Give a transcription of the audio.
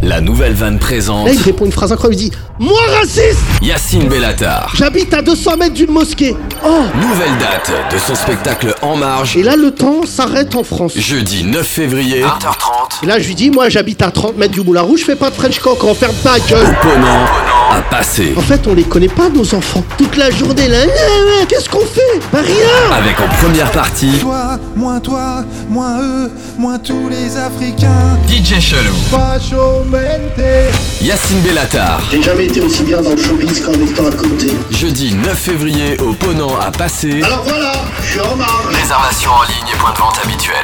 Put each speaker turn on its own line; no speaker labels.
La nouvelle vanne présente
Là, il répond une phrase incroyable. Il dit Moi raciste
Yacine Bellatar.
J'habite à 200 mètres d'une mosquée. Oh
Nouvelle date de son spectacle En Marge,
Et là, le temps s'arrête en France.
jeudi 9 février. 20h30.
Et là, je lui dis Moi, j'habite à 30 mètres du Moulin Rouge, je fais pas de French cock, ferme ta gueule.
Opponent à passer.
En fait, on les connaît pas, nos enfants. Toute la journée, là, Eh, eh, qu'est-ce qu'on fait Bah, rien
Avec en première partie
Toi, moins toi, moins eux, moins tous les Africains.
DJ Chelou.
Facho mente.
Yacine Bellatar.
J'ai jamais été aussi bien dans le showbiz qu'en étant à côté.
Jeudi 9 février, opponent à passer.
Alors voilà, je suis en marge.
Réservation en ligne et point de vente habituel.